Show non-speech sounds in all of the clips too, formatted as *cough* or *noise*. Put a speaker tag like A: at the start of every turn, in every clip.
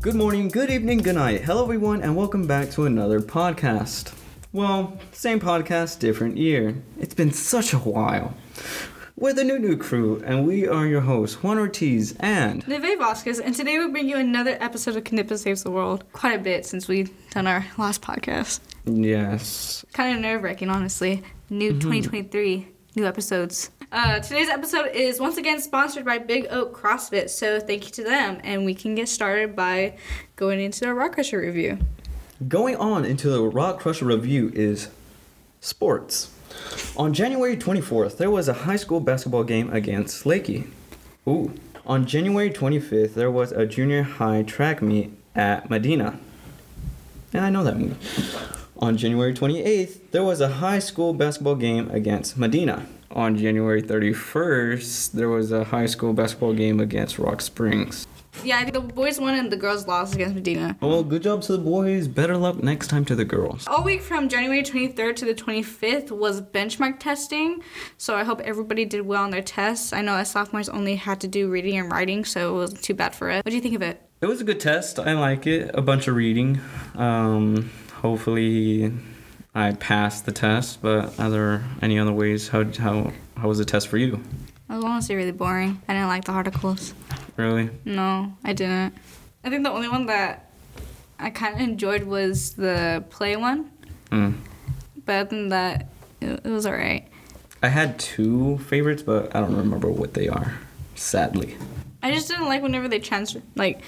A: Good morning, good evening, good night. Hello, everyone, and welcome back to another podcast. Well, same podcast, different year. It's been such a while. We're the New New Crew, and we are your hosts, Juan Ortiz and
B: Neve Vasquez, and today we bring you another episode of Knippa Saves the World. Quite a bit since we've done our last podcast.
A: Yes,
B: Kind of nerve wracking, honestly. New 2023, new episodes. Uh, today's episode is once again sponsored by Big Oak CrossFit, so thank you to them. And we can get started by going into our Rock Crusher review.
A: Going on into the Rock Crusher review is sports. On January 24th, there was a high school basketball game against Lakey. Ooh. On January 25th, there was a junior high track meet at Medina. And I know that movie. On January 28th, there was a high school basketball game against Medina. On January 31st, there was a high school basketball game against Rock Springs.
B: Yeah, I think the boys won and the girls lost against Medina.
A: Well, good job to the boys. Better luck next time to the girls.
B: All week from January 23rd to the 25th was benchmark testing, so I hope everybody did well on their tests. I know as sophomores only had to do reading and writing, so it wasn't too bad for us. What do you think of it?
A: It was a good test. I like it. A bunch of reading. Um, hopefully, I passed the test. But are there any other ways? How how how was the test for you?
B: It was honestly really boring. I didn't like the articles.
A: Really?
B: No, I didn't. I think the only one that I kind of enjoyed was the play one,
A: Mm.
B: but other than that, it, it was alright.
A: I had two favorites, but I don't remember what they are. Sadly.
B: I just didn't like whenever they transfer, like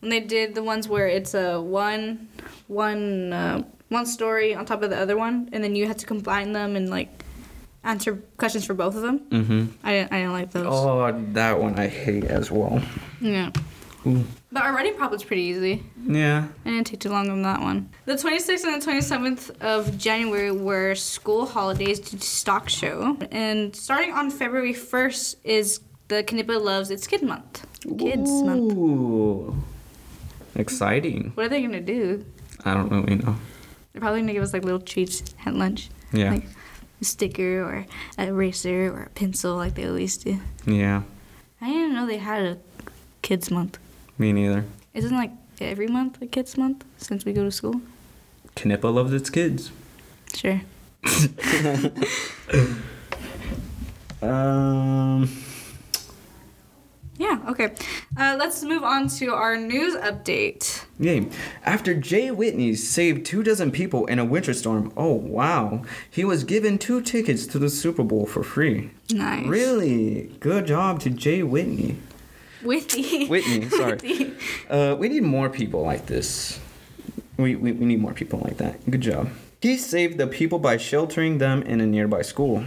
B: when they did the ones where it's a one, one, uh, one story on top of the other one, and then you had to combine them and like answer questions for both of them.
A: Mm-hmm.
B: I didn't, I didn't like those.
A: Oh, that one I hate as well.
B: Yeah.
A: Ooh.
B: But our writing problem's pretty easy.
A: Yeah.
B: I didn't take too long on that one. The 26th and the 27th of January were school holidays due to stock show. And starting on February 1st is the Knippa Loves It's Kid Month. Kids Month.
A: Ooh. Exciting.
B: What are they gonna do?
A: I don't really know.
B: They're probably gonna give us like little treats at lunch.
A: Yeah.
B: Like a sticker or an eraser or a pencil like they always do.
A: Yeah.
B: I didn't even know they had a kids month.
A: Me neither.
B: Isn't like every month a kids month since we go to school?
A: Knippa loves its kids.
B: Sure.
A: Um.
B: Yeah, okay. Uh, let's move on to our news update.
A: Yay. After Jay Whitney saved two dozen people in a winter storm, oh wow, he was given two tickets to the Super Bowl for free.
B: Nice.
A: Really? Good job to Jay Whitney. *laughs*
B: Whitney. *laughs*
A: Whitney, sorry.
B: Whitney.
A: Uh, we need more people like this. We, we, we need more people like that. Good job. He saved the people by sheltering them in a nearby school.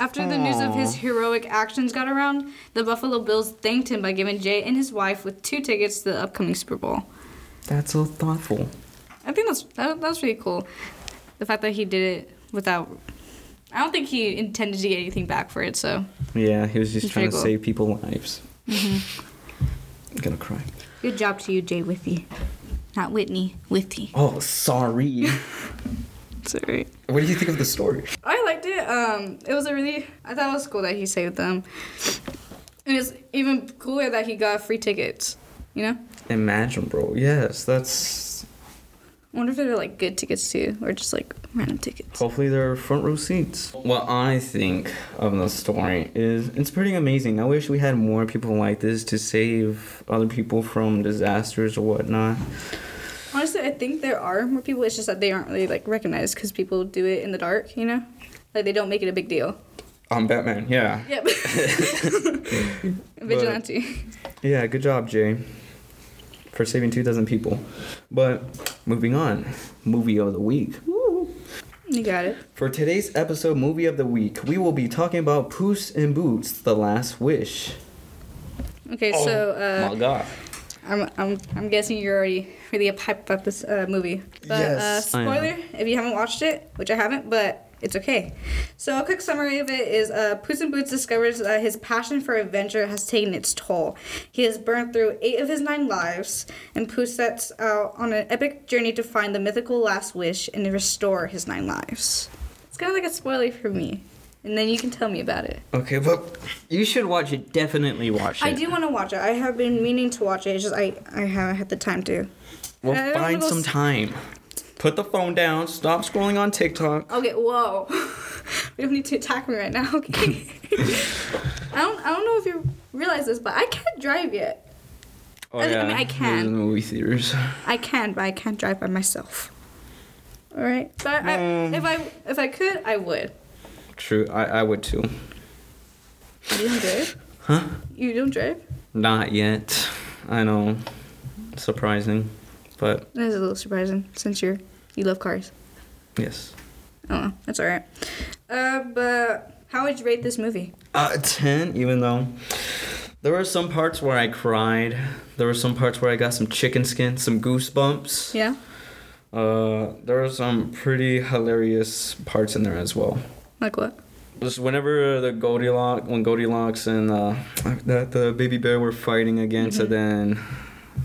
B: After the news of his heroic actions got around, the Buffalo Bills thanked him by giving Jay and his wife with two tickets to the upcoming Super Bowl.
A: That's so thoughtful.
B: I think that's that, that's pretty cool. The fact that he did it without, I don't think he intended to get anything back for it. So
A: Yeah, he was just
B: It's
A: trying to
B: pretty cool. Mm-hmm.
A: save people lives. I'm gonna cry.
B: good job to you, Jay Withy, not Whitney Withy.
A: Oh,
B: *laughs*
A: sorry.
B: Sorry.
A: what do you think of the story?
B: I liked it. Um, it was a really I thought it was cool that he saved them, and it's even cooler that he got free tickets. You know,
A: Imagine, bro. Yes, that's.
B: I wonder if they're like good tickets too, or just like random tickets.
A: Hopefully, they're front row seats. What I think of the story is it's pretty amazing. I wish we had more people like this to save other people from disasters or whatnot.
B: Honestly, I think there are more people. It's just that they aren't really like recognized because people do it in the dark. You know, like they don't make it a big deal.
A: I'm Batman, yeah.
B: Yep. *laughs* Vigilante.
A: Yeah, good job, Jay, for saving 2,000 people. But moving on, movie of the week. Woo.
B: You got it.
A: For today's episode, movie of the week, we will be talking about Puss in Boots: The Last Wish. Oh
B: Okay, so uh,
A: my God.
B: I'm, I'm, I'm guessing you're already really hyped about this uh, movie. But uh,
A: Yes, I am.
B: spoiler, if you haven't watched it, which I haven't, but it's okay. So a quick summary of it is uh, Puss in Boots discovers that his passion for adventure has taken its toll. He has burned through eight of his nine lives, and Puss sets out on an epic journey to find the mythical last wish and restore his nine lives. It's kind of like a spoiler for me. and then you can tell me about it.
A: Okay, but you should watch it. Definitely watch it.
B: I do want to watch it. I have been meaning to watch it. It's just I, I haven't had the time to.
A: We'll
B: I don't
A: find
B: know.
A: some time. Put the phone down. Stop scrolling on TikTok.
B: Okay, whoa. *laughs* we don't need to attack me right now, *laughs*
A: *laughs*
B: okay? I don't I don't know if you realize this, but I can't drive yet.
A: Oh,
B: I mean, I can.
A: those are the movie theaters.
B: I can, but I can't drive by myself. All right. But I,
A: Mm.
B: if I if I could, I would.
A: True, I, I would too.
B: You don't drive?
A: Huh?
B: You don't drive?
A: Not yet. I know. Surprising. But
B: That is a little surprising since you're you love cars.
A: yes.
B: Oh, that's all right. Uh, but how would you rate this movie?
A: Uh, 10, even though there were some parts where I cried. There were some parts where I got some chicken skin, some goosebumps.
B: Yeah.
A: Uh, there were some pretty hilarious parts in there as well.
B: Like what?
A: Just whenever the Goldilocks, when Goldilocks and uh, that the baby bear were fighting against,
B: Mm-hmm.
A: and then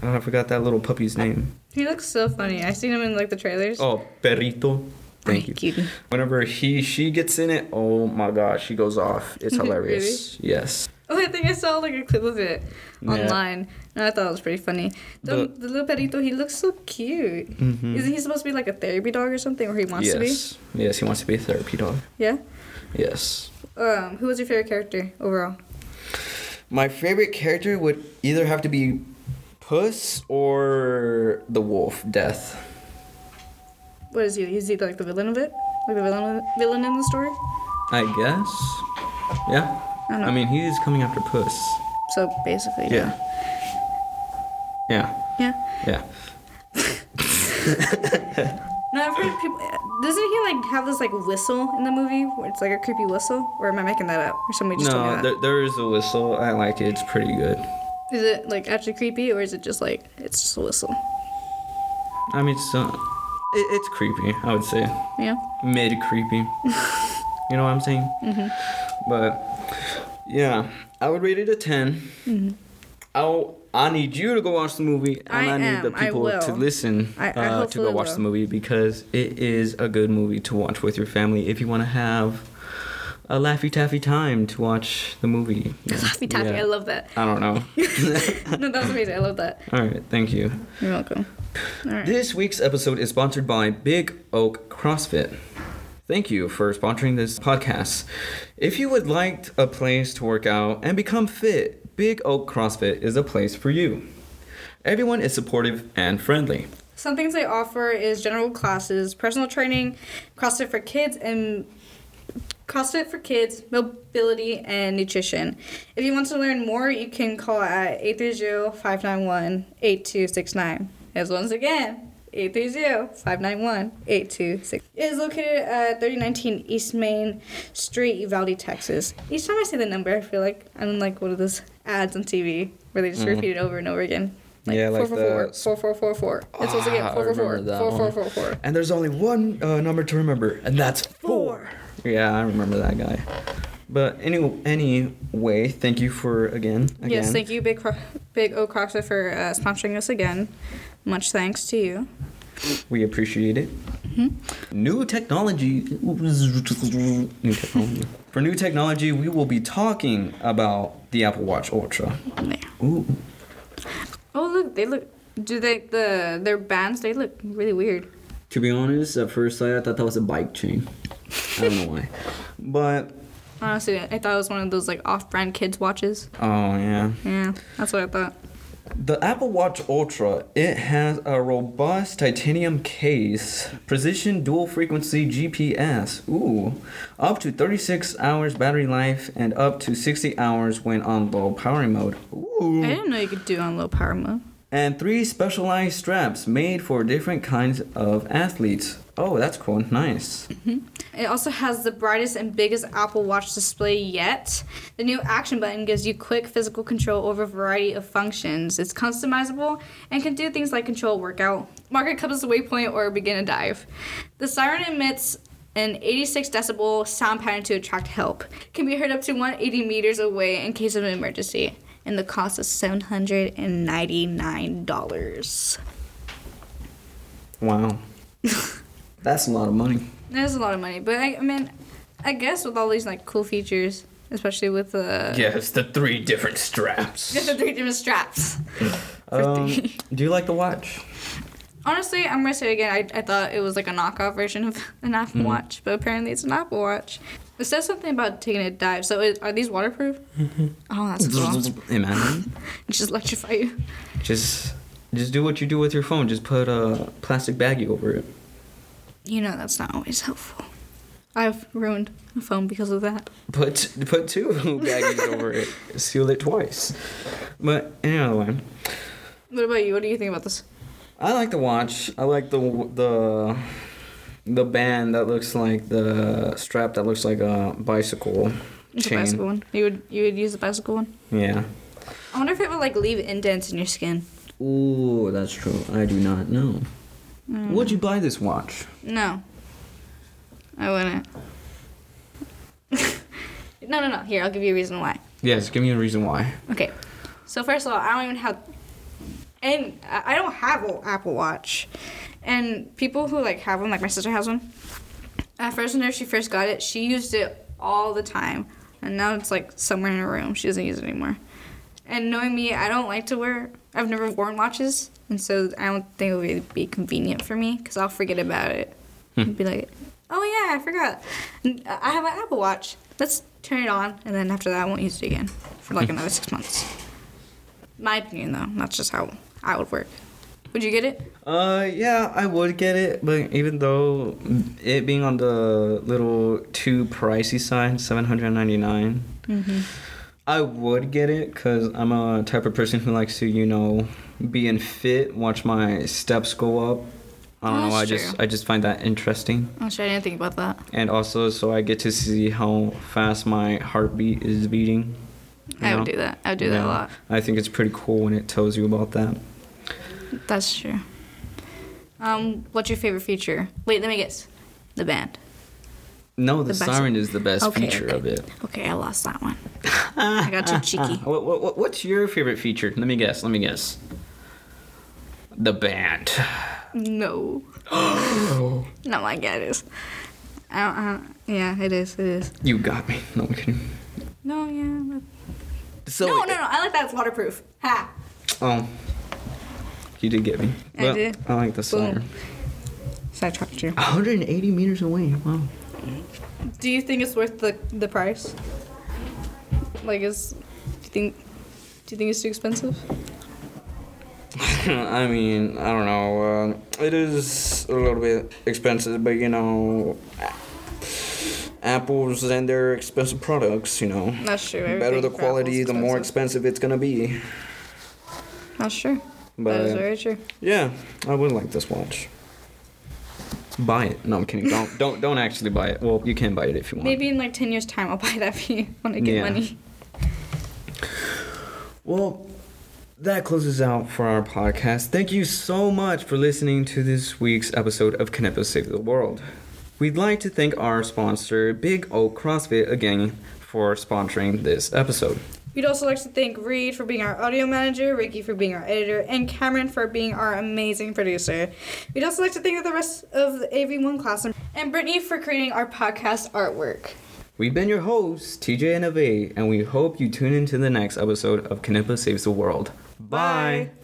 A: oh, I forgot that little puppy's name.
B: He looks so funny. I seen him in like the trailers.
A: Oh, Perrito. Thank
B: Ay,
A: you. *laughs*
B: cutie.
A: Whenever he she gets in it, oh my gosh, she goes off. It's
B: Mm-hmm. Really?
A: hilarious. Yes.
B: Oh, I think I saw like a clip of it
A: Yeah.
B: online, and I thought it was pretty funny. The, the little perrito, he looks so cute.
A: Mm-hmm.
B: Isn't he supposed to be like a therapy dog or something, or he wants to be?
A: yes. Yes, he wants to be a therapy dog.
B: Yeah.
A: Yes.
B: Um, who was your favorite character overall?
A: My favorite character would either have to be Puss or the wolf, Death.
B: What is he? Is he like the villain of it? Like the villain villain in the story?
A: I guess. Yeah.
B: I don't know.
A: I mean, he is coming after Puss.
B: So basically,
A: Yeah. Yeah.
B: Yeah.
A: Yeah.
B: No, I've heard people. Doesn't he like have this like whistle in the movie? Where it's like a creepy whistle, or am I making that up? Or somebody just told me
A: No,
B: that?
A: there, there is a whistle. I like it. It's pretty good.
B: Is it like actually creepy, or is it just like it's just a whistle?
A: I mean, it's uh, it, it's creepy. I would say
B: Yeah. *laughs*
A: mid creepy. you know what I'm saying? Mm-hmm. But yeah, I would rate it a 10
B: Mm-hmm.
A: I'll, I need you to go watch the movie, and I,
B: I
A: need
B: am.
A: the
B: I
A: people to
B: will.
A: listen
B: I- I
A: uh, to go
B: hopefully
A: watch
B: will.
A: the movie because it is a good movie to watch with your family if you want to have a laffy taffy time to watch the
B: *laughs*
A: movie.
B: Laffy taffy.
A: Yeah.
B: I love that. *laughs*
A: I don't know. *laughs*
B: no, that was amazing. I love that.
A: All right, thank you.
B: You're welcome. All right.
A: This week's episode is sponsored by Big Oak CrossFit. Thank you for sponsoring this podcast. If you would like a place to work out and become fit, Big Oak CrossFit is a place for you. Everyone is supportive and friendly.
B: Some things they offer is general classes, personal training, CrossFit for kids, and CrossFit for kids, mobility, and nutrition. If you want to learn more, you can call at 830-591-8269. As once again, 830-591-8269. It is located at 3019 East Main Street, Uvalde, Texas. Each time I say the number, I feel like I'm in like one of those ads on TV where they just repeat it over and over again.
A: Mm-hmm. Yeah, like the-
B: 4444. It's supposed to
A: Ah,
B: get
A: I
B: 444.
A: remember that one.
B: 4444.
A: And there's only one uh, number to remember, and that's four. Yeah, I remember that guy. But any anyway, thank you for again. again.
B: Yes, thank you, Big Cro- Big O CrossFit, for uh, sponsoring us again. Much thanks to you.
A: We appreciate it. New technology. New technology. For new technology, we will be talking about the Apple Watch Ultra.
B: Yeah.
A: Ooh.
B: Oh look, they look. Do they the their bands? They look really weird.
A: To be honest, at first sight, I thought that was a bike chain. I don't know why. *laughs* But,
B: Honestly, I thought it was one of those like off-brand kids watches.
A: oh yeah.
B: Yeah, that's what I thought.
A: The Apple Watch Ultra, it has a robust titanium case, precision dual frequency GPS, ooh, up to 36 hours battery life and up to 60 hours when on low powering mode. Ooh.
B: I didn't know you could do it on low power mode.
A: and three specialized straps made for different kinds of athletes. Oh, that's cool. Nice.
B: It also has the brightest and biggest Apple Watch display yet. The new action button gives you quick physical control over a variety of functions. It's customizable and can do things like control a workout, mark a compass waypoint, or begin a dive. The siren emits an 86 decibel sound pattern to attract help. It can be heard up to 180 meters away in case of an emergency. And the cost is $799.
A: Wow. that's a lot of money.
B: That is a lot of money, but I, I mean, I guess with all these like cool features, especially with the
C: Yes, the three different
B: *laughs*
C: straps.
B: the three different straps. For
A: Um,
B: three.
A: do you like the watch?
B: Honestly, I'm gonna say again, I, I thought it was like a knockoff version of *laughs* an Apple Watch, but apparently it's an Apple Watch. It says something about taking a dive. So it, are these waterproof? Oh,
A: *laughs*
B: that's cool.
A: Imagine.
B: Just electrify you.
A: Just just do what you do with your phone. Just put a plastic baggie over it.
B: You know that's not always helpful. I've ruined a phone because of that.
A: Put put two *laughs* baggies over it. Seal it twice. But anyway,
B: What about you? What do you think about this?
A: I like the watch. I like the the the band that looks like the strap that looks like a bicycle
B: The
A: chain.
B: bicycle one. You would you would use the bicycle one?
A: Yeah.
B: I wonder if it would like leave indents in your skin.
A: Ooh, that's true. I do not know. Would you buy this watch?
B: No. I wouldn't. *laughs* no, no, no. Here, I'll give you a reason why.
A: Yes, give me a reason why.
B: Okay. So first of all, I don't even have, and I I don't have an Apple Watch, and people who like have one, like my sister has one. At first, whenever she first got it, she used it all the time, and now it's like somewhere in her room. She doesn't use it anymore. And knowing me, I don't like to wear. I've never worn watches, and so I don't think it would be convenient for me because I'll forget about it. And be like, oh yeah, I forgot. N- I have an Apple Watch. Let's turn it on, and then after that, I won't use it again for like another six months. My opinion, though, that's just how I would work. Would you get it?
A: Uh, yeah, I would get it, but even though it being on the little too pricey side, seven Mm-hmm. I would get it because I'm a type of person who likes to, you know, be in fit, watch my steps go up. I don't know. I
B: That's
A: just
B: true.
A: I just find that interesting,
B: Oh shit, I didn't think about that.
A: and also so I get to see how fast my heartbeat is beating. you
B: I
A: know?
B: would do that. I would do that
A: Yeah.
B: a lot.
A: I think it's pretty cool when it tells you about that.
B: That's true. Um, what's your favorite feature? Wait, let me guess. The band.
A: No, the,
B: The best-
A: siren is the best
B: Okay,
A: feature
B: okay.
A: of it.
B: Okay, I lost that one. I got too
A: *laughs*
B: cheeky.
A: What, what, what, what's your favorite feature? Let me guess. Let me guess. The band. *gasps*
B: No. no, I get it. I don't, I don't, yeah, it is. It is.
A: You got me. No, I'm kidding.
B: No, yeah. but-
A: So
B: no, no, no. I like that it's waterproof. Ha.
A: Oh, you did get me.
B: I
A: Well,
B: did.
A: I like the siren.
B: Sidetracked you.
A: 180 meters away. Wow. *laughs*
B: Do you think it's worth the the price? Like, is do you think do you think it's too expensive?
A: I mean, I don't know. Uh, it is a little bit expensive, but you know, Apple's and their expensive products. You know,
B: That's true.
A: better the quality, the more expensive it's gonna be.
B: That's true. that
A: But- uh,
B: is very true.
A: Yeah, I would like this watch. Buy it. No, I'm kidding. Don't don't don't actually buy it. Well, you can buy it if you want.
B: Maybe in like ten years' time, I'll buy that for you *laughs* when I get
A: Yeah.
B: money.
A: Well, that closes out for our podcast. Thank you so much for listening to this week's episode of Canepo Save the World. We'd like to thank our sponsor, Big O CrossFit, again for sponsoring this episode.
B: We'd also like to thank Reed for being our audio manager, Ricky for being our editor, and Cameron for being our amazing producer. We'd also like to thank the rest of the AV1 class and Brittany for creating our podcast artwork.
A: We've been your hosts, TJ and Ave, and we hope you tune into the next episode of Canepa Saves the World. Bye.
B: Bye.